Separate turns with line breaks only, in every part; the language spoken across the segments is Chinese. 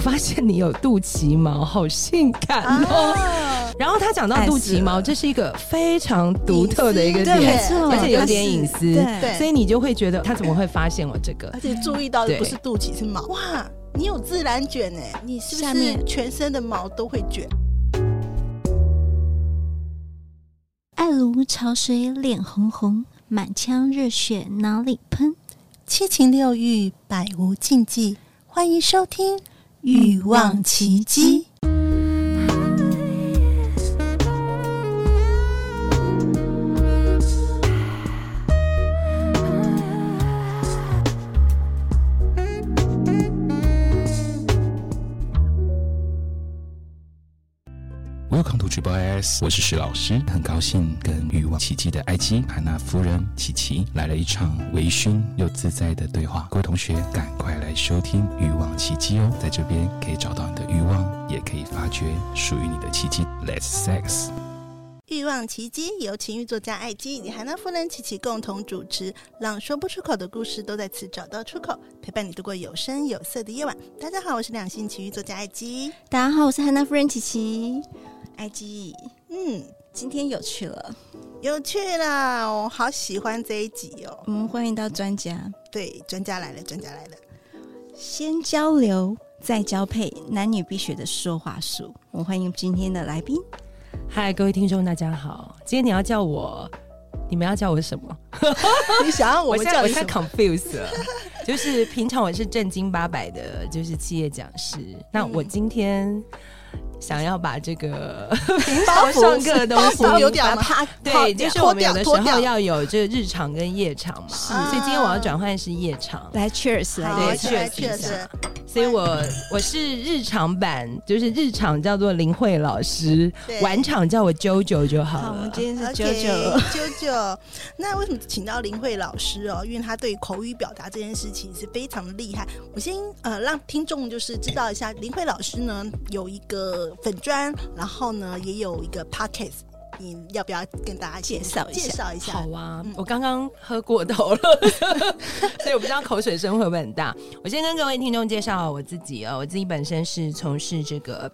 发现你有肚脐毛，好性感哦。然后他讲到肚脐毛，这是一个非常独特的一个
对，没
点，
错，
而且有点隐私，
对
所以你就会觉得他怎么会发现我这个
而？且注意到
对
的不是肚脐，是毛。哇，你有自然卷哎，你是
下
不是
面
全身的毛都会卷？
爱如潮水，脸红红，满腔热血哪里喷？
七情六欲，百无禁忌。欢迎收听《
欲望奇迹》。
Welcome to Triple S，我是石老师，很高兴跟欲望奇迹的埃及海娜夫人琪琪来了一场微醺又自在的对话。各位同学，赶快来收听欲望奇迹哦，在这边可以找到你的欲望，也可以发掘属于你的奇迹。Let's sex。
欲望奇迹》，由情欲作家艾姬以及海娜夫人琪琪共同主持，让说不出口的故事都在此找到出口，陪伴你度过有声有色的夜晚。大家好，我是两性情欲作家艾姬。
大家好，我是汉娜夫人琪琪。IG
嗯，
哎今天有趣了，
有趣啦，我好喜欢这一集哦。
我们欢迎到专家，
对，专家来了，专家来了。
先交流再交配，男女必学的说话术。我们欢迎今天的来宾，
嗨，各位听众，大家好，今天你要叫我，你们要叫我什么？
你想要我
现
们
在
叫
我
你
现
什
在
么？
confused 了， 就是平常我是正经八百的，就是企业讲师，那我今天。想要把这个平常上课的东西
包袱丢掉吗
把它
脱
对，
掉
就是我们有的时
脱掉
候要有这个日常跟夜场嘛，所以今天我要转换是夜场，
来 Cheers
好
对
来
确
cheers
实
一
确实
下，所以我我是日常版，就是日常叫做林慧老师
对，
晚场叫我 JoJo 就好
好，我
了
们。今天是
OK，
JoJo，
啾啾， 那为什么请到林慧老师哦？因为她对口语表达这件事情是非常的厉害。我先呃让听众就是知道一下，林慧老师呢有一个粉砖，然后呢也有一个 podcast，你要不要跟大家
介绍一下
介绍一下
好？啊
嗯，
我刚刚喝过头了， 所以我不知道口水声会不会很大。我先跟各位听众介绍我自己哦，我自己本身是从事这个。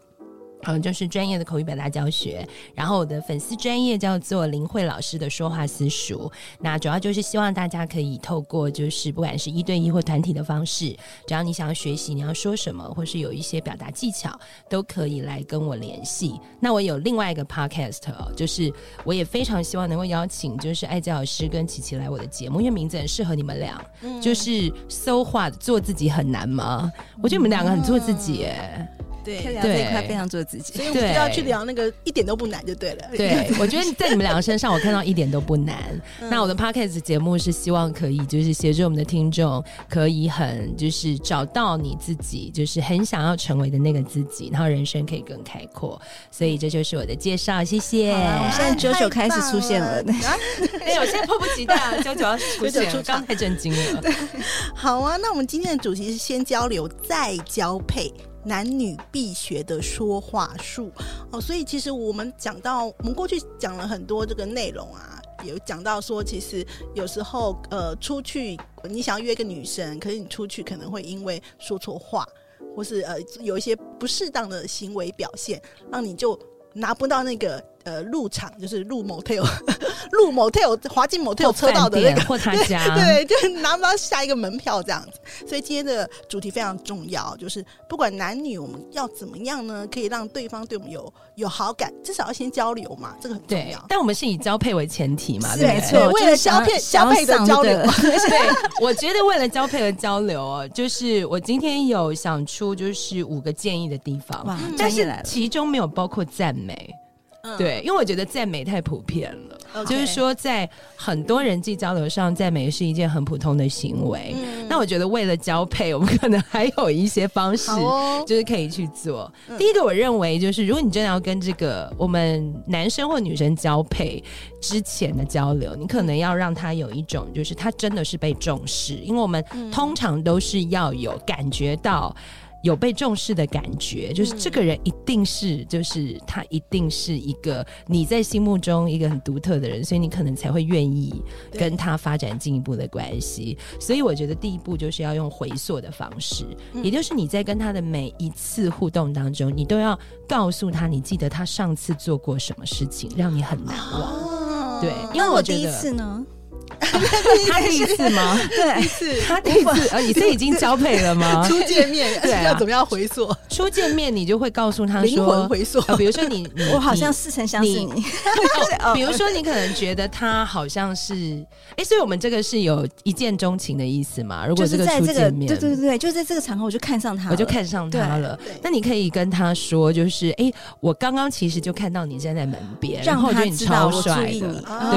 嗯，就是专业的口语表达教学，然后我的粉丝专业叫做林慧老师的说话私塾。那主要就是希望大家可以透过就是不管是一对一或团体的方式，只要你想要学习你要说什么，或是有一些表达技巧，都可以来跟我联系。那我有另外一个 podcast，、哦、就是我也非常希望能够邀请，就是艾佳老师跟琪琪来我的节目，因为名字很适合你们俩，
嗯
就是 so what 做自己很难吗？我觉得你们两个很做自己、
嗯
哎、
对
漂亮
对
这一块非常做自己
所。以我们就
对
要去聊那个一点都不难就对了。
对，我觉得在你们两个身上，我看到一点都不难。
嗯
那我的 podcast 节目是希望可以就是协助我们的听众，可以很就是找到你自己，就是很想要成为的那个自己，然后人生可以更开阔。所以这就是我的介绍，谢谢。
啊我们现
哎
在 JoJo 开始出现了，
啊
哎、我现在迫不及待啊，九九要出
九
现
九出
了，
场
刚太震惊了。
好啊，那我们今天的主题是先交流再交配。男女必学的说话术哦，所以其实我们讲到，我们过去讲了很多这个内容啊，有讲到说，其实有时候呃，出去你想要约一个女生，可是你出去可能会因为说错话，或是呃有一些不适当的行为表现，让你就拿不到那个呃入场，就是 入 motel 入 motel 滑进 motel 车道的那个
或他家，
对，就是拿不到下一个门票这样子。所以今天的主题非常重要，就是不管男女，我们要怎么样呢，可以让对方对我们有有好感，至少要先交流嘛，这个很重
对
要。
但我们是以交配为前提嘛，
是
对不对
没错对为了交配交配的交流
对，我觉得为了交配和交流哦，就是我今天有想出就是五个建议的地
哇
方，，但
专业
是
来了，
其中没有包括赞美，
嗯，
对，因为我觉得赞美太普遍了。
OK
就是，说，在很多人际交流上，赞美是一件很普通的行为。
嗯
那我觉得，为了交配，我们可能还有一些方式
好哦，
就是可以去做。
嗯
第一个，我认为就是，如果你真的要跟这个我们男生或女生交配之前的交流，你可能要让他有一种，就是他真的是被重视，因为我们通常都是要有感觉到。有被重视的感觉，就是这个人一定是，就是他一定是一个你在心目中一个很独特的人，所以你可能才会愿意
对
跟他发展进一步的关系。所以我觉得第一步就是要用回溯的方式，也就是你在跟他的每一次互动当中，你都要告诉他，你记得他上次做过什么事情，让你很难忘。
哦
对，因为
那
我
我
觉
第一
得
次呢？
他第一次吗？
对，
是
他第一次，呃，你是已经交配了 吗？
初见面
对啊
要怎么样回溯？
初见面你就会告诉他
灵魂
说，
回溯。
呃，比如说你，你
我好像
你
似曾相识
你
你，
哦比如说你可能觉得他好像是，哎，所以我们这个是有一见钟情的意思嘛？如
就
果
是
个
在
初
这个
见面，
对对对，就在这个场合我就看上他了，
我就看上他了
对对。
那你可以跟他说，就是哎、诶我刚刚其实就看到你站在门边，然
让
后我觉
他
得你
知道
超
我注
帅
意你
的。，
哦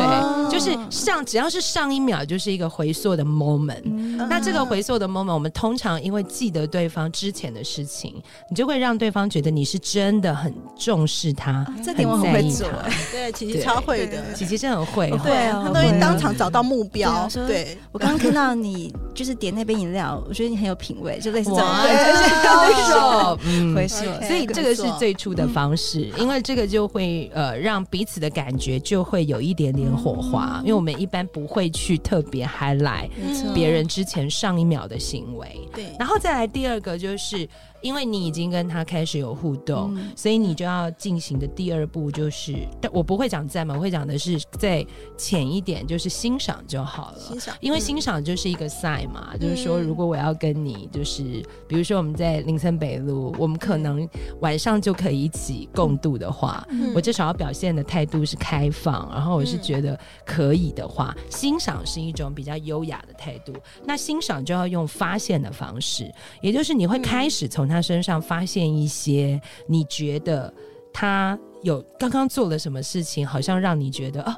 对，就是上只要是上一秒就是一个回溯的 moment，、
嗯
那这个回溯的 moment，我们通常因为记得对方之前的事情，你就会让对方觉得你是真的很重视他，
啊这点我很
在
会
意
做，
他
哎
对，其实
对
超会的，
琪琪真的很会哦，
对啊
他都会
会啊
当场找到目
对
标
啊。说
对，
我刚刚看到你就是点那杯饮料，我觉得你很有品味，就类似这种，
哇
对 就是
哦，嗯
回溯
OK
所以这个是
没错
最初的方式，因为这个就会呃让彼此的感觉就会有一点点火花，因为我们一般不会去特别 highlight
没错
嗯
别人之前上一秒的行为。
对，
然后再来第二个，就是因为你已经跟他开始有互动，
嗯
所以你就要进行的第二步就是，但我不会讲赞嘛，我会讲的是再浅一点，就是欣赏就好了。
欣赏，
因为
嗯
欣赏就是一个赛嘛，就是说，
嗯
如果我要跟你，就是比如说我们在林森北路，我们可能晚上就可以一起共度的话，
嗯
我至少要表现的态度是开放，然后我是
嗯
觉得可以的话，欣赏是一种比较优雅的态度。那欣赏就要用发现的方式，也就是你会
嗯
开始从他身上发现一些你觉得他有刚刚做了什么事情，好像让你觉得啊。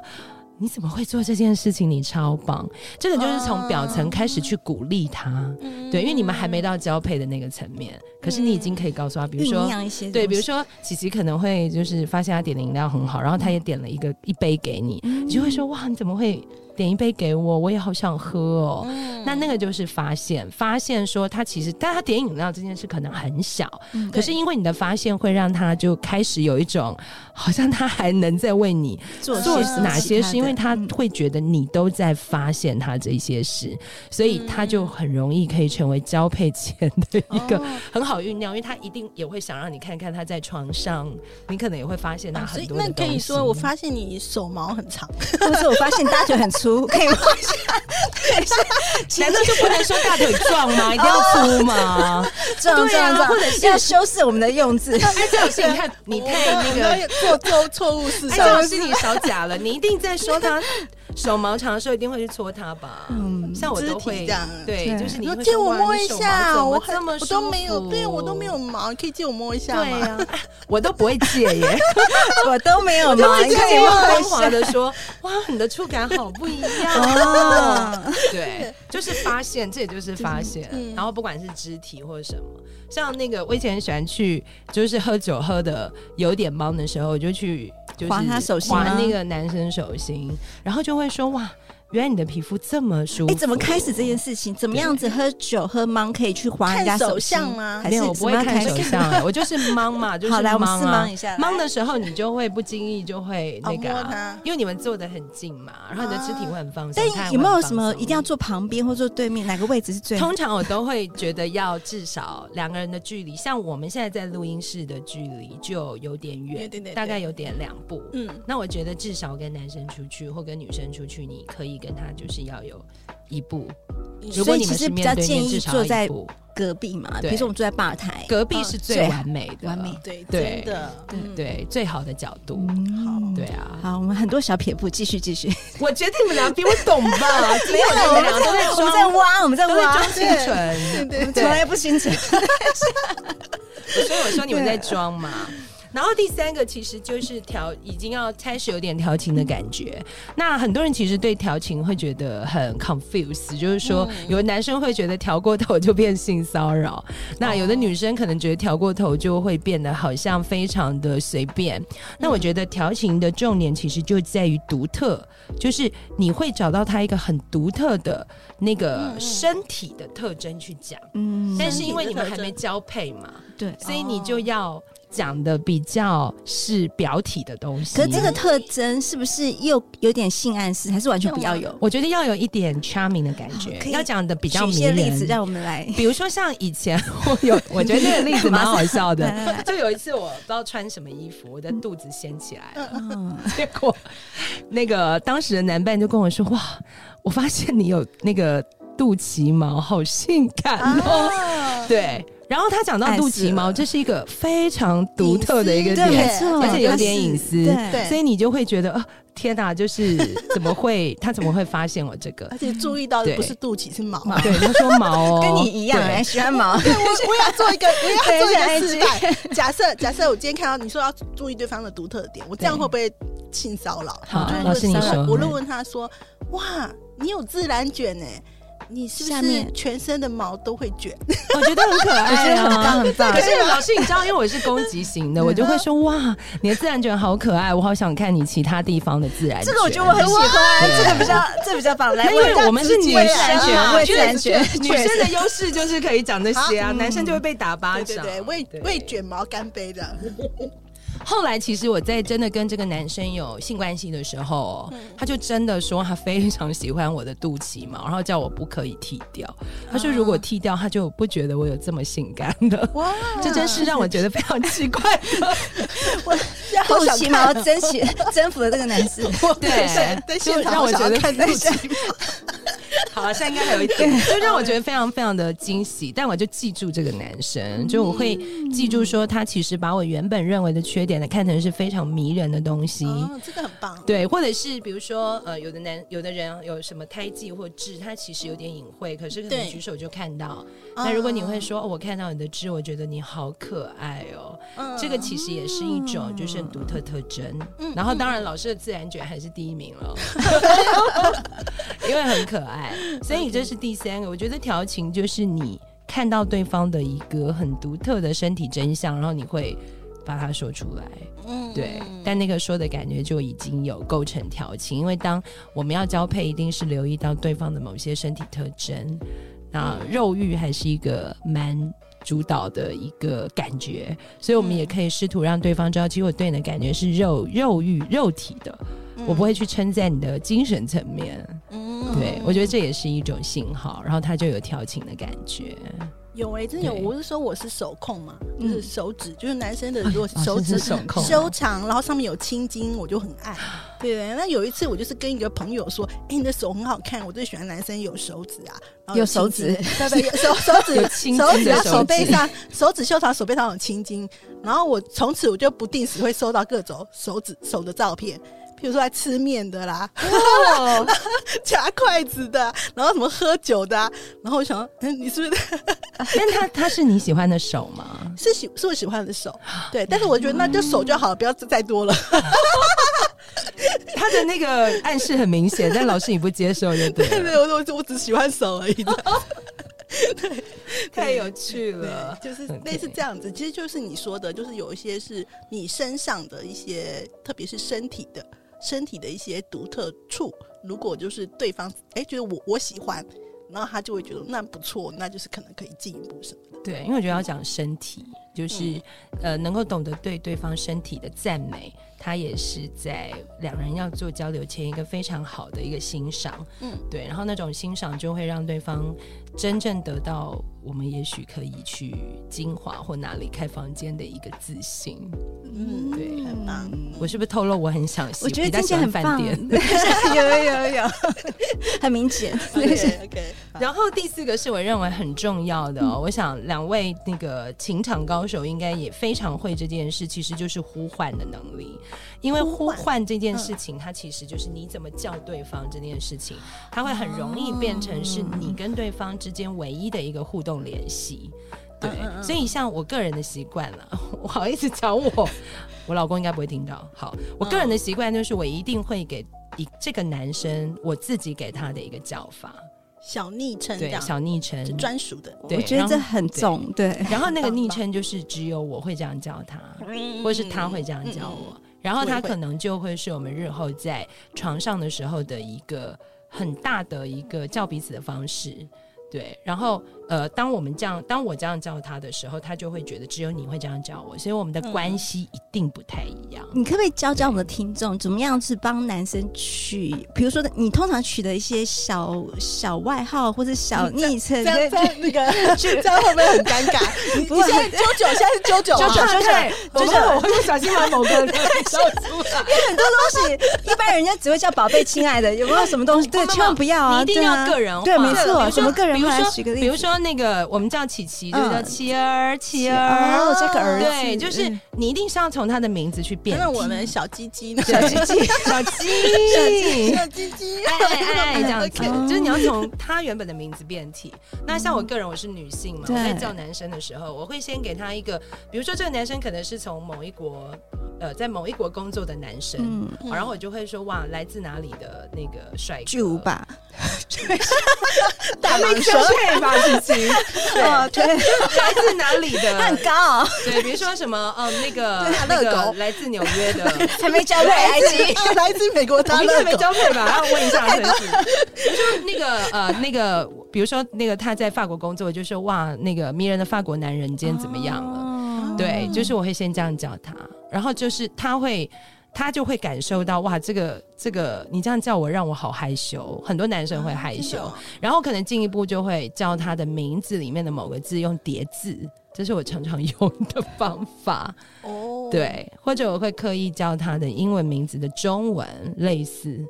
你怎么会做这件事情？你超棒！这个就是从
哦
表层开始去鼓励他，
嗯
对，因为你们还没到交配的那个层面，可是你已经可以告诉他，比如说
酝酿一些东西，
对，比如说琪琪可能会就是发现他点的饮料很好，然后他也点了一个一杯给你，
嗯
你就会说哇，你怎么会点一杯给我？我也好想喝哦。
嗯
那那个就是发现，发现说他其实，但他点饮料这件事可能很小，
嗯
可是因为你的发现会让他就开始有一种好像他还能再为你
做
做
些
哪些
其
事，因为
的
他
嗯
会觉得你都在发现他这些事，所以他就很容易可以成为交配前的一个
哦
很好酝酿，因为他一定也会想让你看看他在床上，你可能也会发现他
啊所
很
以
多的
那
东西。
可以说，我发现你手毛很长，
或者是我发现大家腿很粗，可以吗？
难道就不能说大腿壮吗？一定要粗吗？
这样这样这样，
啊或者是
要修饰我们的用字。
哎，这种事你看，你太那 个，哎，
做做错误哎事情
这，种事你少假了。你一定在说 他手毛长的时候，一定会去搓他吧？
嗯，
像我都
肢体
会
这样
对，
对
就是你
你说
会
借
说
我
哇
摸
你
一
手毛
下，
怎么
我
这
很
么
我都没有，
舒
对我都
服
没有毛，你可以借我摸一下
对啊
吗？
呀、 我都不会戒 耶。
我都没有
就
嘛，
会
你
这
可以
样
问
光
一
滑
下。
的说：“哇，你的触感好不一样。”
哦，
对，就是发现，这也就是发现。
嗯
然后不管是肢体或者什么，像那个我以前很喜欢去，就是喝酒喝的有点懵的时候，我就去就是
划他手心
划
吗
那个男生手心，然后就会说：“哇，原来你的皮肤这么舒服。”
哎，怎么开始这件事情？怎么样子喝酒喝芒可以去划人家
看手
心
相吗
还
没
是
有，我不会
怎么样
看
手
手
相？
相， 我就是懵 嘛，就是
好，来我们
忙
试
啊
忙一下。
忙
来
的时候，你就会不经意就会那个、
哦摸
啊
它，
因为你们坐的很近嘛，然后你的肢体会很放松。它也
但
会
有没有
很
什么
放松啊
一定要？坐旁边或坐对面？哪个位置是最好？
通常我都会觉得要至少两个人的距离，像我们现在在录音室的距离就有点远，
对对对对
大概有点两步。
嗯，
那我觉得至少跟男生出去或跟女生出去，你可以跟他就是要有一步。如果
所以
你
其
们
实
是
比
面
较
对
建
面，至
议
少
坐
要一
在
步。
隔壁嘛，比
对
如说我们坐在吧台，嗯
隔壁是最
最好
完美的，
完美
对，
对
真的， 嗯，
对最好的角度。
嗯，
对。啊，
好，我们很多小撇步，继续 继续。
我觉得你们俩比我懂 吧？没有，你们俩都在
我们在
装，
挖，我们在啊
都在
挖
装，清纯。
对对
从来不心存。
所以我说你们在装嘛。然后第三个其实就是调，已经要开始有点调情的感觉。那很多人其实对调情会觉得很 confused，就是说有的男生会觉得调过头就变性骚扰，那有的女生可能觉得调过头就会变得好像非常的随便。那我觉得调情的重点其实就在于独特，就是你会找到他一个很独特的那个身体的特征去讲，
嗯，
但是因为你们还没交配嘛，
对，
所以你就要讲的比较是表体的东西。
可是这个特征是不是又有点性暗示，还是完全不要有？
我觉得要有一点 charming 的感觉
好哦可，以
要讲的比较
举一
迷
些
人。
例子让我们来。
比如说像以前 我有，我觉得这个例子 蛮好笑
来来
的。
来
就有一次我不知道穿什么衣服，我的肚子掀起来了，
嗯，
结果那个当时的男伴就跟我说：“哇，我发现你有那个肚脐毛，好性感哦。
啊，
对。然后他讲到
暗示
肚脐毛，
了
这是一个非常独特的一个
隐私
对，
点，
没错，
而且有
它
点
是
隐私
对
所以你就会觉得，呃，天哪，就是怎么会他怎么会发现我这 个？
而且注意到的
对
不是肚脐，是毛。
对，他说毛、哦，
跟你一样
对
哎，喜欢毛，
对我，我也要做一 个，我也要做一个
等
示
一下
范。假设假设我今天看到你说要注意对方的独特点，我这样会不会性骚扰？
好
就是
老师你
我
说
我就问他说：“哇，你有自然卷呢、你是不
下
是
面
全身的毛都会卷？
我觉得很可
我觉
爱、
得
啊，
很棒很棒
可是老师，你知道，因为我是攻击型的，我就会说哇，你的自然卷好可爱，我好想看你其他地方的自然卷。
这个我觉得我很喜欢，这个比 较这个比较棒。来，
那因为
我
我们是女
未
生啊
来
嘛
未
确
自然
实
卷，
女生的优势就是可以讲这些啊，
好
男生就会被打巴
对
掌。
对对，为为卷毛干杯的。
后来其实我在真的跟这个男生有性关系的时候哦、他就真的说他非常喜欢我的肚脐毛，然后叫我不可以剃掉。他说如果剃掉，他就不觉得我有这么性感的。
哇，
这真是让我觉得非常奇怪的。
我现在好
肚
想
脐
看
毛征服啊征服了这个男士，
对，
在
就
现场
让我
好想
觉
要
得
看
非
肚
常
脐毛。
好了，现在应该还有一点，就让我觉得非常非常的惊喜。但我就记住这个男生，就我会记住说他其实把我原本认为的缺点呢，看成是非常迷人的东西。
哦，这个很棒。
对，或者是比如说，呃，有的男有的人有什么胎记或痣，他其实有点隐晦，可是可能
对
举手就看到。
嗯
那如果你会说、哦我看到你的痣，我觉得你好可爱哦”，
嗯
这个其实也是一种就是很独特特征。
嗯
然后当然老师的自然卷还是第一名 了，因为很可爱。所以这是第三个，我觉得调情就是你看到对方的一个很独特的身体真相，然后你会把它说出来。
嗯
对，但那个说的感觉就已经有构成调情，因为当我们要交配，一定是留意到对方的某些身体特征。那肉欲还是一个蛮主导的一个感觉，所以我们也可以试图让对方知道，其实我对你的感觉是肉肉欲肉体的，我不会去称赞你的精神层面。
嗯
对我觉得这也是一种信号，然后他就有调情的感觉。
有哎、真的有。
对
我是说我是手控嘛，就
嗯
是手指，就是男生的如果是手
老师
指
是手控 啊
修长，然后上面有青筋，我就很爱。对，那有一次我就是跟一个朋友说：“哎、你的手很好看，我最喜欢男生有手指啊，然后
有
青
手
筋
指，
对对，有手手指
有青筋
手指
的
啊，
手
手背
指
上 手指修长，手背上有青筋。”然后我从此我就不定时会收到各种手指手的照片。譬如说在吃面的啦，夹筷子的，然后什么喝酒的啊、然后我想，嗯，你是不是
但他他是你喜欢的手吗？
是喜是我喜欢的手，对，但是我觉得那就手就好了，不要再多了。
他的那个暗示很明显，但老师你不接受就对啊
对
了
对，我我我只喜欢手而已。
太有趣了
对，。就是
很
类似
可以
这样子，其实就是你说的，就是有一些是你身上的一些，特别是身体的身体的一些独特处。如果就是对方哎觉得我我喜欢，然后他就会觉得那不错，那就是可能可以进一步什么。
对，因为我觉得要讲身体，就是、
嗯
呃，能够懂得对对方身体的赞美，它也是在两人要做交流前一个非常好的一个欣赏。嗯
嗯，
对，然后那种欣赏就会让对方真正得到我们也许可以去精华或哪里开房间的一个自信。
嗯，
对
很棒。
我是不是透露我很想洗？
我觉
比
得
较
听
喜
起来
欢
很
饭
棒，
店。
有有有有，很明 显，
OK OK，
然后第四个是我认为很重要的、哦，
嗯
我想两位那个情场高手应该也非常会这件事，其实就是呼唤的能力。因为呼
呼唤嗯
唤这件事情，它其实就是你怎么叫对方这件事情，它会很容易变成是你跟对方之间唯一的一个互动联系。对，
嗯嗯嗯
所以像我个人的习惯了， 我好意思讲我，我老公应该不会听到。好，
嗯
我个人的习惯就是我一定会给一这个男生我自己给他的一个叫法，
小昵称这
对，
样，
小昵称。
专属的，
对
我觉得这很重，对，
然后那个
很棒嗯
昵称就是只有我会这样叫他，或是他会这样叫我，然后
我也
他
会
可能就会是我们日后在床上的时候的一个很大的一个叫彼此的方式。对，然后呃，当我们这样，当我这样叫他的时候，他就会觉得只有你会这样叫我，所以我们的关系一定不太一样。
你可不可以教教我们的听众，怎么样是帮男生取，比如说你通常取的一些小小外号或者小昵称，
这样
对
这样那 个这样会不会很尴尬？你
不
你
会
现在啾啾，现在是啾啾
就
啊，
是对，
就
就是是我会不小心把某个人笑出 来。
很多东西，一般人家只会叫宝贝、亲爱的，有没有什么东西？对，
不
千万不要啊！
哦你一定要
对啊
个人化
对，没
对比如
错，
说
什么个人
比如
化？
说
举个例子，
比如说那个，我们叫琪琪，就叫
嗯
琪儿，琪
哦，
儿
我，这个儿子，
对，就是你一定是要从他的名字去变
那我们小鸡鸡呢？
小 鸡鸡，小鸡。
小鸡鸡，
哎哎哎，这样子
OK
哦
就是你要从他原本的名字变体。那像我个人，我是女性嘛，我
对
在叫男生的时候，我会先给他一个，比如说这个男生可能是从某一国，呃，在某一国工作的男生，
嗯，
然后我就会说哇，来自哪里的那个帅哥，
巨无霸，
大蟒蛇，
对吧？自己
哦，对，
来自哪里
他
的
很？高哦，
对，比如说什么，嗯，那个
对啊
那
乐
个
狗
来自纽约的，
还没 交配
来
IG，
自来自美国
我
大
们
乐
应该没
狗，
交配吧？要问一下 是不是？就是那个呃，那个，比如说那个他在法国工作，就说哇，那个迷人的法国男人今天怎么样了？
哦
对，就是我会先这样叫他，然后就是他会。他就会感受到哇，这个这个，你这样叫我让我好害羞，很多男生会害
啊
羞，
哦
然后可能进一步就会叫他的名字里面的某个字用叠字，这是我常常用的方法。
哦，
对，或者我会刻意叫他的英文名字的中文类似，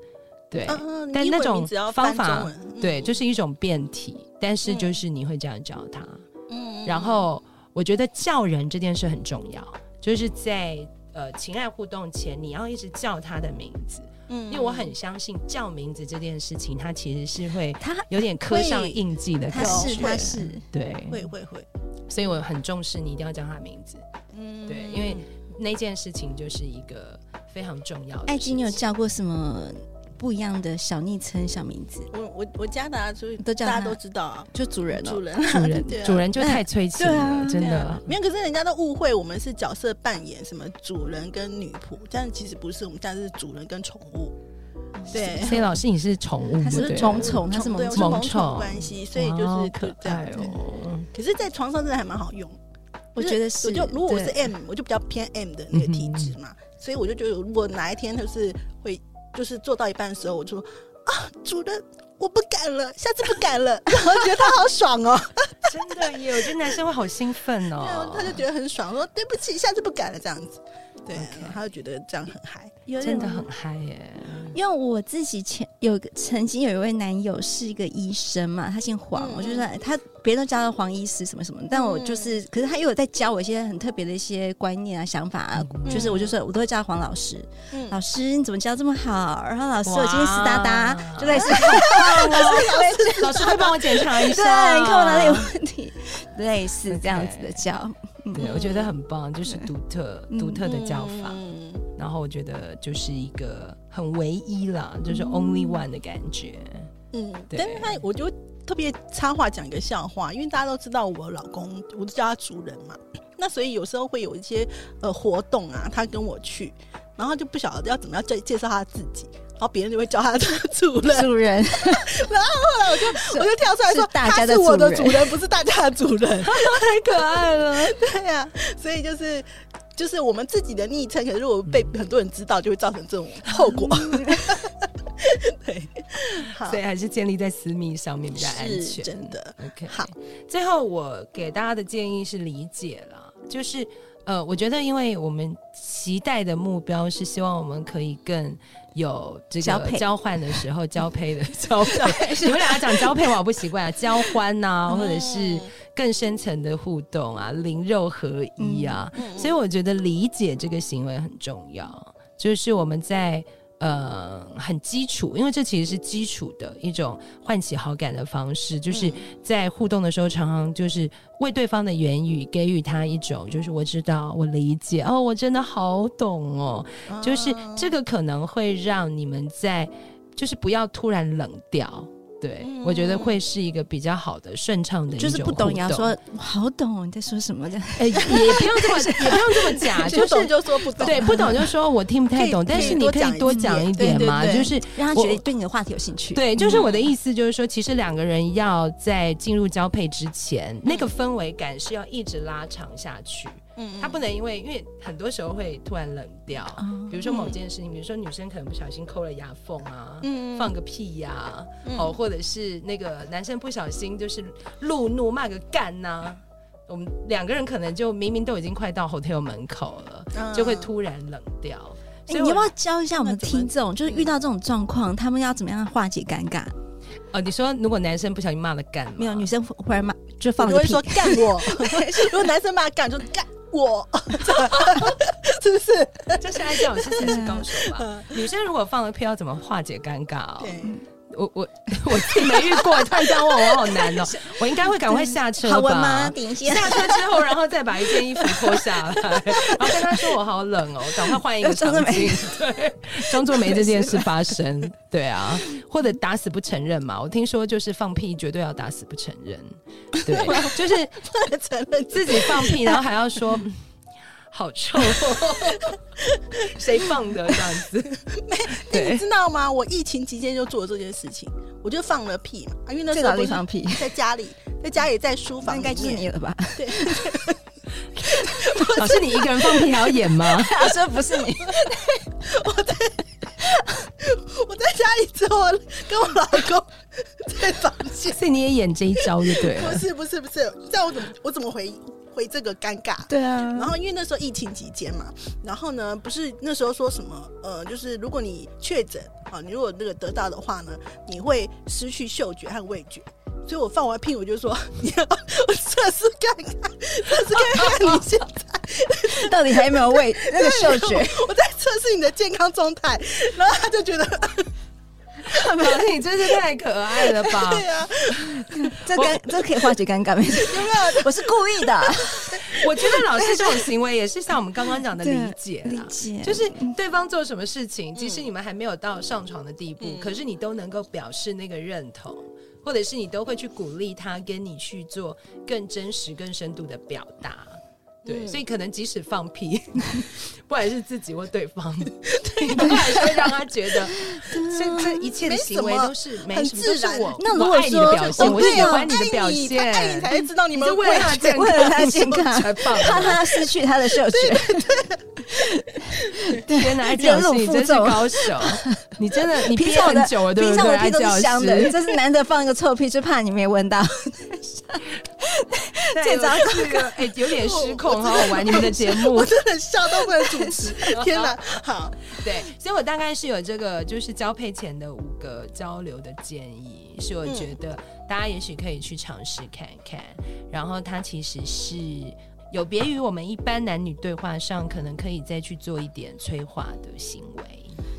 对，
嗯嗯，
但
英文
那种
名字要翻
方法
中文，嗯
对，，就是一种变体，但是
嗯
就是你会这样叫他。
嗯
然后我觉得叫人这件事很重要，就是在呃情爱互动前，你要一直叫他的名字，
嗯
因为我很相信叫名字这件事情，它其实是会
他
有点刻上
会
印记的
他
感
是
觉。
他是，
对，
会会会，
所以我很重视你一定要叫他名字
嗯
对因为那件事情，就是一个非常重要的事情。
艾金，你有叫过什么不一样的小昵称、小名字？
我我我家的啊，所以
都叫
大家
他
都知道啊，
就主人
主
哦，
人
主人
对啊
主人就太催情
对
了
啊，
真
对啊
的。
没有，可是人家都误会我们是角色扮演，什么主人跟女仆，但其实不是，我们现在是主人跟宠物。对，
C 老师，你是宠物，对
他是
不对
萌宠，他是
对
萌
我
宠，
萌
萌
宠
宠关系，所以就是
哇
就
可
这样
爱
子。
哦。
可是，在床上真的还蛮好用，
我觉得是。
我就如果我是
对嗯
M，我就比较偏 M 的那个体质嘛，所以我就觉得，如果哪一天就是会就是做到一半的时候，我就说啊，主人。我不敢了，下次不敢了。 然后觉得他好爽哦，
真的耶，我觉得男生会好兴奋
对啊
哦，。
他就觉得很爽，说对不起，下次不敢了这样子。对，他就觉得这样很嗨。
有
真的
点
很嗨 耶。
因为我自己前有个曾经有一位男友是一个医生嘛，他姓黄，
嗯
我就说哎他别人都叫他黄医师什么什么，但
嗯
我就是，可是他又有在教我一些很特别的一些观念啊、想法啊，
嗯
就是我就说我都会叫他黄老师，
嗯，
老师你怎么教这么好？然后老师
哇
我今天湿哒哒，就类似，
老啊师会帮我检查一
对，
啊
下，
你看我哪里有？问题，类似这样子的
OK
教，
对，我觉得很棒，就是独特
嗯
独特的叫法。
嗯
然后我觉得就是一个很唯一啦，就是 only one 的感觉。
嗯，
对
但是他我就特别插话讲一个笑话，因为大家都知道我老公，我都叫他主人嘛。那所以有时候会有一些呃活动啊，他跟我去，然后他就不晓得要怎么样介介绍他自己，然后别人就会叫他的主人。
主人
我就跳出来说
是，大
他
家的
是我的主
主人
人，不是大家的主人。
太可爱了，
对呀、所以就是就是我们自己的昵称，可是如果
嗯
被很多人知道，就会造成这种后果。 对，好
所以还是建立在私密上面比较安
是
全。
真的。
OK，
好，
最后我给大家的建议是理解啦，就是呃，我觉得因为我们期待的目标是希望我们可以更有这
交
个
配
交换的时候交配 的交配，你们俩讲交配我好不习惯啊，交欢 呐、
嗯
或者是更深层的互动啊，灵肉合
嗯
一啊，所以我觉得理解这个行为很重要，就是我们在。呃很基础，因为这其实是基础的一种唤起好感的方式，就是
嗯
在互动的时候，常常就是为对方的言语给予他一种，就是我知道，我理解，哦，我真的好懂哦，
啊
就是这个可能会让你们在，就是不要突然冷掉。对，我觉得会是一个比较好的、顺畅的一种
就
互动，
是不懂也要 说我好懂哦你在说什么的，
哎，也不用这么， 也不用这么 假，啊就
不懂
是
啊就说不懂，
对，不懂就说我听不太懂，
可以
但是你可以多讲一点嘛，
可以
就
多
是。
让他觉
我
得对你的话题有兴趣。
对，就是我的意思，就是说，其实两个人要在进入交配之前，那个氛围感是要一直拉长下去。
嗯，嗯
他不能因为，因为很多时候会突然冷掉，
哦
比如说某件事情，比如说女生可能不小心抠了牙缝啊，
嗯
放个屁呀、
嗯
哦，或者是那个男生不小心就是路怒骂个干呐、我们两个人可能就明明都已经快到 hotel 门口了，
嗯
就会突然冷掉。
哎
所以
你
我
要不要教一下我们的
那怎么
听众，就是遇到这种状况，他们要怎么样化解尴尬？
哦，你说如果男生不小心骂了干嘛，
没有，女生忽忽然骂就放
你
个
会
屁，
说干 我， 如果男生骂干就干我，是不是？
就现在这种事情是高手
嗯
吧？女生如果放了屁要怎么化解尴尬、哦？
对，
我我 我自己没遇过，突然这样问我，我好难 哦。我应该会赶快下车吧？
好闻吗？顶一下。
下车之后，然后再把一件衣服脱下来，然后跟他说我好冷哦，赶快换一个场
装作
景
没，
对，装作没这件事发生， 对啊，或者打死不承认嘛。我听说就是放屁绝对要打死不承认， 对，就是
不能承认
自己放 屁，然后还要说。嗯好臭、哦， 谁放的这样 子？
你
对，
知道吗？我疫情期间就做了这件事情，我就放了屁嘛，啊因为那
在
时候
哪
不
里
是
放屁？
在家里，在家里在书
那
房，
应该就是你。了吧？
老师，你一个人放屁还要演 吗？
我说不是你，
我在家里之后，跟我老公在房间，
所以你也演这一招就对
不
了。
是不是不是，这样我怎么我怎么回回这个尴尬？
对啊
嗯
然后因为那时候疫情期间嘛，然后呢，不是那时候说什么呃，就是如果你确诊啊，你如果那个得到的话呢，你会失去嗅觉和味觉。所以我放完屁，我就说你要我测试看看，测试看看你现在，
到底还有没有味那个嗅 觉？
我在测试你的健康状态。然后他就觉得，
老师，你真是太可爱了 吧！
对啊，
这尴 这可以化解尴尬没事？有没有？我是故意的。
我觉得老师这种行为也是像我们刚刚讲的理解
对
啦
理 解
就是对方做什么事情，即使你们还没有到上床的地步，可是你都能够表示那个认同，或者是你都会去鼓励他跟你去做更真实、更深度的表达。对，所以可能即使放屁， 不管是自己或对方，你都还是会让他觉得，这这一切的行为都是没
很
什么，都
自
是
然
我
那
我
如果
爱你的
说
表现，
哦
我
对
喜
啊
欢你的表
爱你，他
现，
哎爱你才会知道你
你
们
就为了他的
味
健康，
为了他的健康
才放
怕他失去他的嗅觉，
天哪，艾吉
忍
老
辱
师，你
负
真是
重
高手！ 你真的，你
平
憋
常我
很
的
久了，对不
平常我
对？
的
艾
屁
吉
都
老
是
师，
香 的，这是难得放一个臭屁，就怕你没闻到。这招
这个 哎，有点失控，好好玩你们的节目
我。真的笑到不能主持。天哪，好，
对，所以我大概是有这个，就是交配前的五个交流的建议，是
嗯
我觉得大家也许可以去尝试看看。然后它其实是有别于我们一般男女对话上，可能可以再去做一点催化的行为。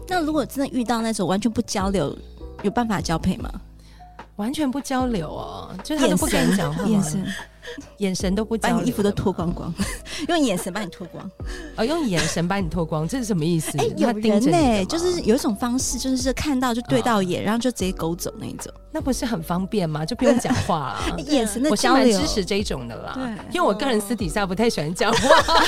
那如果真的遇到那种完全不交流，有办法交配吗？
完全不交流哦，就是他都不跟你讲话，
眼神，
眼神都不交
把
流，
你衣服都脱。光光， 用眼神把你脱光。
哦，用眼神把你脱光，这是什么意思？
哎、有
他盯
人
着
呢、
你的嗯吗
就是有一种方式，就是看到就对到眼，然后就直接勾走那一种。
那不是很方便 吗？就不用讲话啊
哎。眼神的
我是
交
蛮
流
支，持这一种的啦
对，
因为我个人私底下不太喜欢讲话，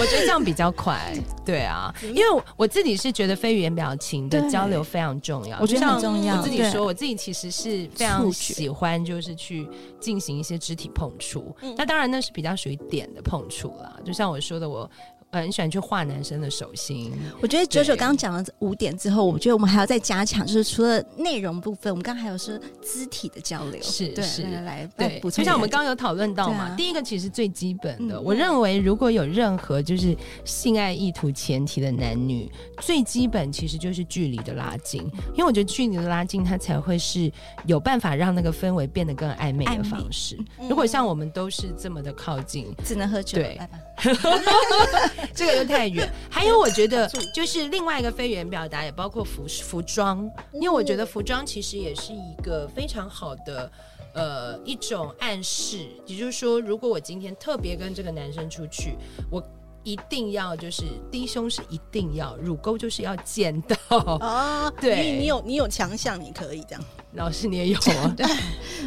我觉得这样比较快。对啊，因为我自己是觉得非语言表情的
对
交流非常重要，
我觉
就
得
啊像
很重要。
我自己
对
说，我自己其实是非常
触觉
喜欢，就是去进行一些肢体碰触。
嗯
那当然，那是比较属于点的碰触啦。就像我说的，我很喜欢去画男生的手心。
我觉得九九
对
刚刚讲了这五点之后，我觉得我们还要再加强，就是除了内容部分，我们刚刚还有说肢体的交流，
是
对
是
来来来，
对，
来补
就
充一下。
像我们刚刚有讨论到嘛，
对啊
第一个其实最基本的，
嗯
我认为如果有任何就是性爱意图前提的男女，最基本其实就是距离的拉近，因为我觉得距离的拉近，它才会是有办法让那个氛围变得更暧昧
暧
的
昧嗯
方式。如果像我们都是这么的靠近，
只能喝酒，
对
来吧，
这个又太 远。还有，我觉得
住
就是另外一个非语言表达，也包括服服装，因为我觉得服装其实也是一个非常好的。呃，一种暗示，也就是说，如果我今天特别跟这个男生出去，我一定要就是低胸是一定要，乳沟就是要见到。
哦，
对
你你有你有强项，你可以这样。
老师你也有啊？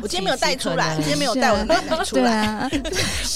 我今天没有带出
可
来，
能
今天没有带我的奶奶出
对
来。
啊，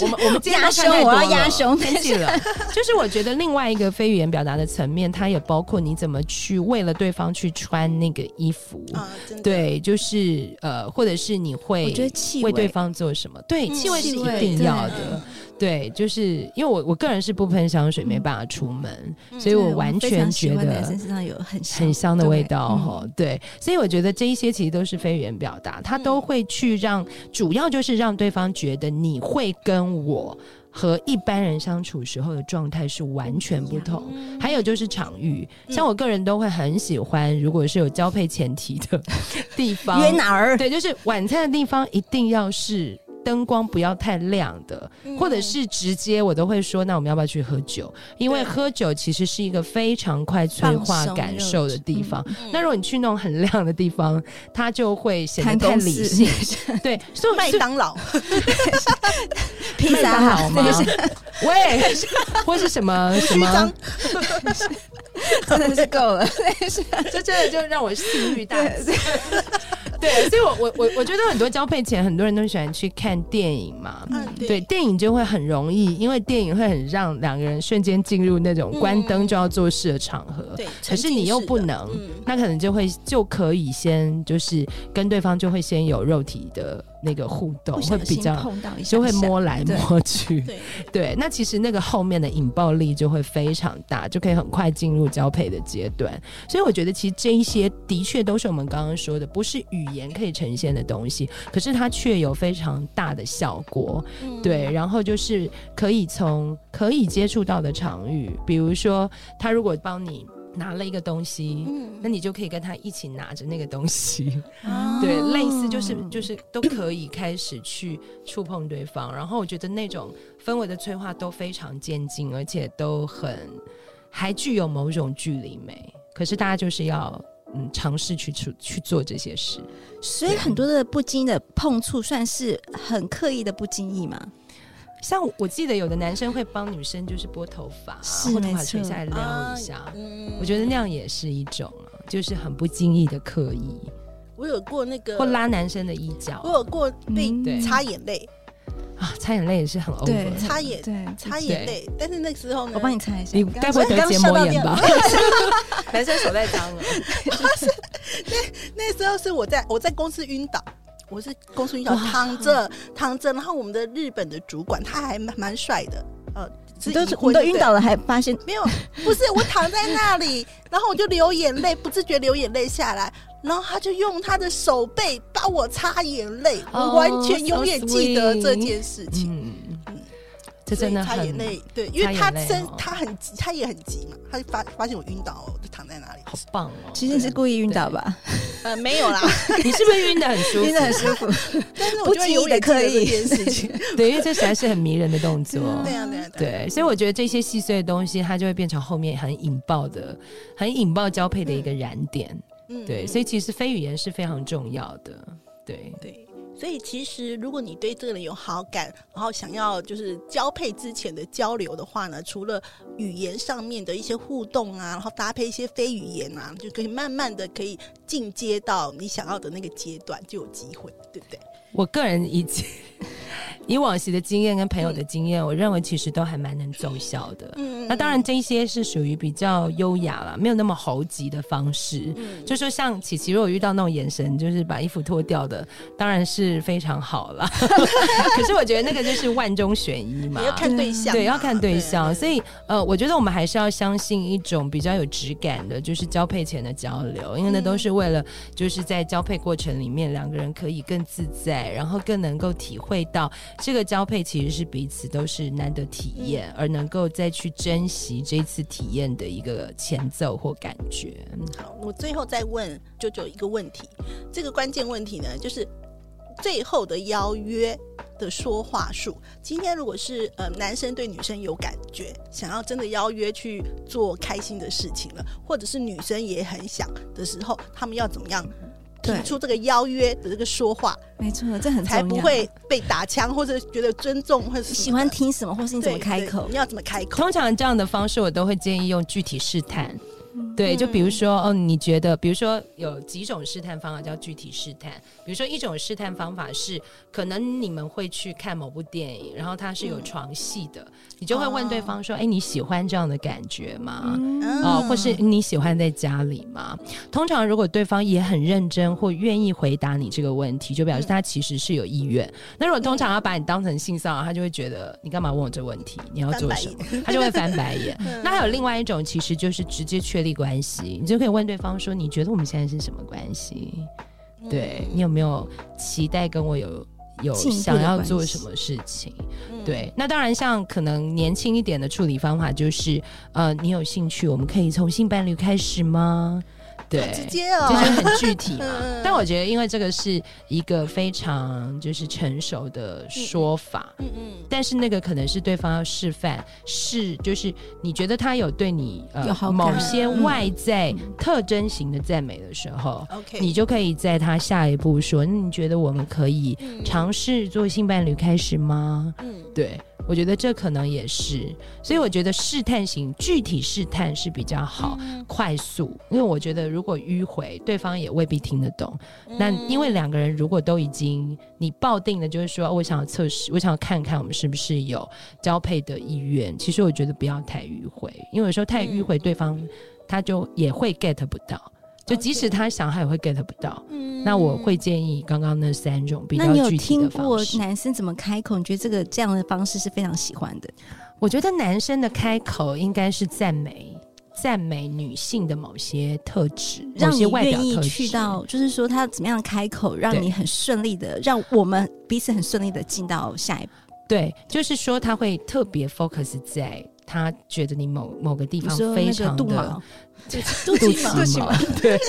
我们我们今天
压
都看
胸
太
我
多
要压
了
胸
太细 了。就是我觉得另外一个非语言表达的层面，它也包括你怎么去为了对方去穿那个衣服，
啊，真的，
对，就是呃，或者是你
我
会
觉得气
为
味
对方做什么？对，
嗯
气味是
气
一
味
定
对
要的。对，就是因为我我个人是不喷香水，没办法出门，所以
嗯对
我
们
完
非
全
常喜
觉
欢
得
男生身上有很
很香的味道
对嗯
哈、对，所以我觉得这一些其实都是非语言表达，
嗯
它都会去让，主要就是让对方觉得你会跟我和一般人相处时候的状态是完全不同。还有就是场域，像我个人都会很喜欢，如果是有交配前提的地方，
约哪儿？
对，就是晚餐的地方一定要是灯光不要太亮的，
嗯
或者是直接我都会说，那我们要不要去喝酒？因为
对
喝酒其实是一个非常快催化
放松
感
热
受的地
嗯
方。
嗯
那如果你去那种很亮的地方，它就会显得
谈
太
公
理
事
性。对，所以
嗯麦
所以
当劳，
披萨
麦当劳
好
吗？喂，或是什么什
虚张
么，
真的是够了。
这真的就让我性欲大增。对，所以我我我我觉得很多交配前，很多人都喜欢去看电影嘛。
嗯，
对，电影就会很容易，因为电影会很让两个人瞬间进入那种关灯就要做事的场合。
对，
可是你又不能，
沉浸式的嗯
那可能就会就可以先就是跟对方就会先有肉体的那个互动，会
不小
比
心
较
碰到一下，
就会摸来
对
摸去。
对，
对，那其实那个后面的引爆力就会非常大，就可以很快进入交配的阶段。所以我觉得，其实这一些的确都是我们刚刚说的，不是语言可以呈现的东西，可是它却有非常大的效果。
嗯
对，然后就是可以从可以接触到的场域，比如说他如果帮你拿了一个东西。
嗯
那你就可以跟他一起拿着那个东西，
啊
对，类似就是就是都可以开始去触碰对方，然后我觉得那种氛围的催化都非常渐进，而且都很还具有某种距离美。可是大家就是要嗯尝试去去去做这些事，
所以很多的不经意的碰触，算是很刻意的不经意嘛。
像我记得有的男生会帮女生就是拨头发啊，
是
或头
没
发垂
错
下来撩
啊
一下，
嗯
我觉得那样也是一种啊，就是很不经意的刻意，
我有过那个
或，拉男生的衣角
我有过被
嗯
对
擦眼泪，
啊，擦眼泪也是很 over
对。
擦眼
对，
擦眼泪，但是那时候呢，
我帮你猜一下。
你
刚
该不会得结膜炎吧？
男生手在脏了，
那时候是我在我在公司晕倒，我是公司晕倒，躺着躺着，然后我们的日本的主管他还蛮蛮帅的，呃，是
你都
已
你
婚
都
对不
晕
对
倒了，还发现
没有，不是我躺在那里， 然后我就流眼泪，不自觉流眼泪下来，然后他就用他的手背帮我擦眼泪，
哦
我完全永远
so
记得
sweet
这件事情。
嗯
嗯，
这真的
所以擦
很
眼泪，对，
擦
因为
眼
他
泪
身
哦
他很急，他也很急嘛，他就发发现我晕倒，我就躺在那里。
好棒哦！
其实你是故意晕倒吧？
呃，没有啦，
你是不是晕的很舒
晕
服？
的很舒服，
但是
不
我就会
经意
永远记
地
得
刻
这
意
件事情。
对，因为这实在是很迷人的动作。
嗯
对啊，对啊，啊。
对，所以我觉得这些细碎的东西，它就会变成后面很引爆的、很引爆交配的一个燃点。
嗯
对，
嗯
所以其实非语言是非常重要的。对，
对，所以其实如果你对这个人有好感，然后想要就是交配之前的交流的话呢，除了语言上面的一些互动啊，然后搭配一些非语言啊，就可以慢慢的可以进阶到你想要的那个阶段，就有机会，对不对？
我个人以前 以往昔的经验跟朋友的经验，我认为其实都还蛮能奏效的。
嗯
那当然，，这一些是属于比较优雅啦，没有那么猴急的方式。
嗯，
就说像琪琪，如果遇到那种眼神，就是把衣服脱掉的，当然是非常好 啦。可是我觉得那个就是万中选一嘛
也，要看对象嘛，
嗯对，要看对象。所
以
以呃，我觉得我们还是要相信一种比较有质感的，就是交配前的交流，因为那都是为了就是在交配过程里面，两个人可以更自在，然后更能够体会到这个交配其实是彼此都是难得体验，而能够再去珍惜这次体验的一个前奏或感觉。
好，我最后再问九九一个问题，这个关键问题呢，就是最后的邀约的说话术。今天如果是呃男生对女生有感觉，想要真的邀约去做开心的事情了，或者是女生也很想的时候，他们要怎么样提
对
出这个邀约的这个说话，
没错，这很重
才
要
不会被打枪或者觉得尊重或者
你喜欢听什么，或是你怎么开口
你？要怎么开口？
通常这样的方式，我都会建议用具体试探。
嗯
对，就比如说，哦，你觉得，比如说有几种试探方法叫具体试探。比如说，一种试探方法是，可能你们会去看某部电影，然后它是有
嗯
床戏的，你就会问对方说：“哎、你喜欢这样的感觉吗？”
哦嗯
哦，或是你喜欢在家里吗？通常如果对方也很认真或愿意回答你这个问题，就表
嗯
示他其实是有意愿。那如果通常要把你当成性骚扰，他就会觉得你干嘛问我这问题？你要
翻
做
白
什么
眼？
他就会翻白 眼。
嗯
那还有另外一种，其实就是直接确立关系，你就可以问对方说：“你觉得我们现在是什么关系？
嗯
对你有没有期待跟我有有
进一步的
想要
关
做
系
什么事情？”
嗯，
对，那当然，像可能年轻一点的处理方法就是，呃，你有兴趣，我们可以从性伴侣开始吗？对，
好直接哦
这就，是很具体嘛
嗯嗯。
但我觉得，因为这个是一个非常就是成熟的说法，
嗯嗯，
但是那个可能是对方要示范，是就是你觉得他有对你
有
呃
好
某
感
些
嗯
外在特征型的赞美的时候，
嗯
OK，
你就可以在他下一步说，那你觉得我们可以
嗯
尝试做性伴侣开始吗？
嗯
对，我觉得这可能也是，所以我觉得试探型具体试探是比较好。
嗯
快速，因为我觉得如果迂回，对方也未必听得懂。
嗯
那因为两个人如果都已经你抱定了，就是说、哦我想要测试，我想要看看我们是不是有交配的意愿。其实我觉得不要太迂回，因为有时候太迂回，对方他就也会 get 不到。就即使
OK
他想，他也会 get 不到。
嗯
那我会建议刚刚那三种比
那
较
你有
具体
听
的方
过
式。
男生怎么开口？你觉得这个这样的方式是非常喜欢的？
我觉得男生的开口应该是赞美赞美女性的某些特质，
让
某
你
些外表
愿意
特质
去到，就是说他怎么样开口，让
对
你很顺利的，让我们彼此很顺利的进到下一步。
对，就是说他会特别 focus 在他觉得你某某个地
比
方
如说
非
那个
常
杜
的
毛，
肚
肚脐
脐
嘛，
毛， 对，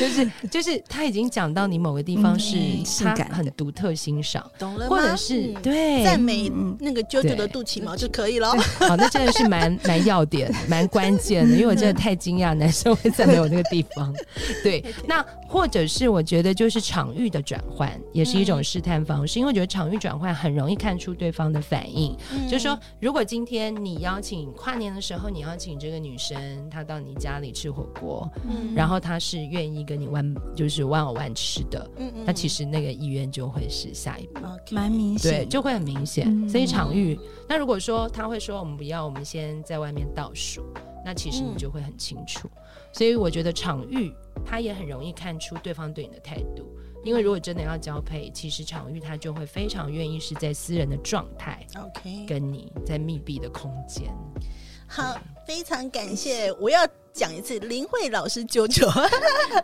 就是就是他已经讲到你某个地方
嗯
是
性
他
感的呃
很独特欣赏，
懂了吗？
或者是
嗯
对
赞美
嗯
那个啾啾的
对
肚脐毛就可以了。
好，那真的是蛮蛮要点、蛮关键的，因为我真的太惊讶，男生会赞美我那个地 方。对，那或者是我觉得就是场域的转换，也是一种试探方式，因为我觉得场域转换很容易看出对方的反应。
嗯
就是说，如果今天你邀请跨年的时候，你邀请这个女生，她到你家里吃火锅，
嗯，
然后她是愿意跟你弯，就是弯偶弯吃的，
嗯嗯
那其实那个意愿就会是下一步。
蛮明显的，
对，就会很明显。
嗯
所以场域，那如果说他会说我们不要，我们先在外面倒数，那其实你
嗯
就会很清楚。所以我觉得场域他也很容易看出对方对你的态度，因为如果真的要交配，其实场域他就会非常愿意是在私人的状态
OK，
跟你在密闭的空间。
好，非常感谢，我要。讲一次林慧老师九九，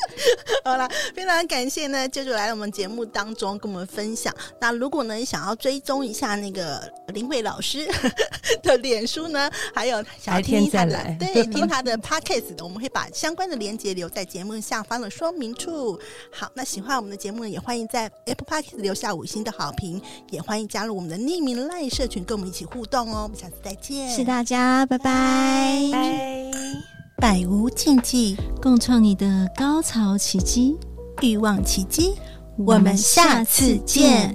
好啦，非常感谢呢，九九来我们节目当中跟我们分享。那如果呢你想要追踪一下那个林慧老师 的脸书呢，还有想要
白天
听他
再来
的 对听他的 podcast 的，我们会把相关的连接留在节目下方的说明处。好，那喜欢我们的节目呢，也欢迎在 Apple Podcast 留下五星的好评，也欢迎加入我们的匿名赖社群，跟我们一起互动哦。我们下次再见，
是大家，拜拜，
百无禁忌，
共创你的高潮奇迹，
欲望奇迹。我们下次见。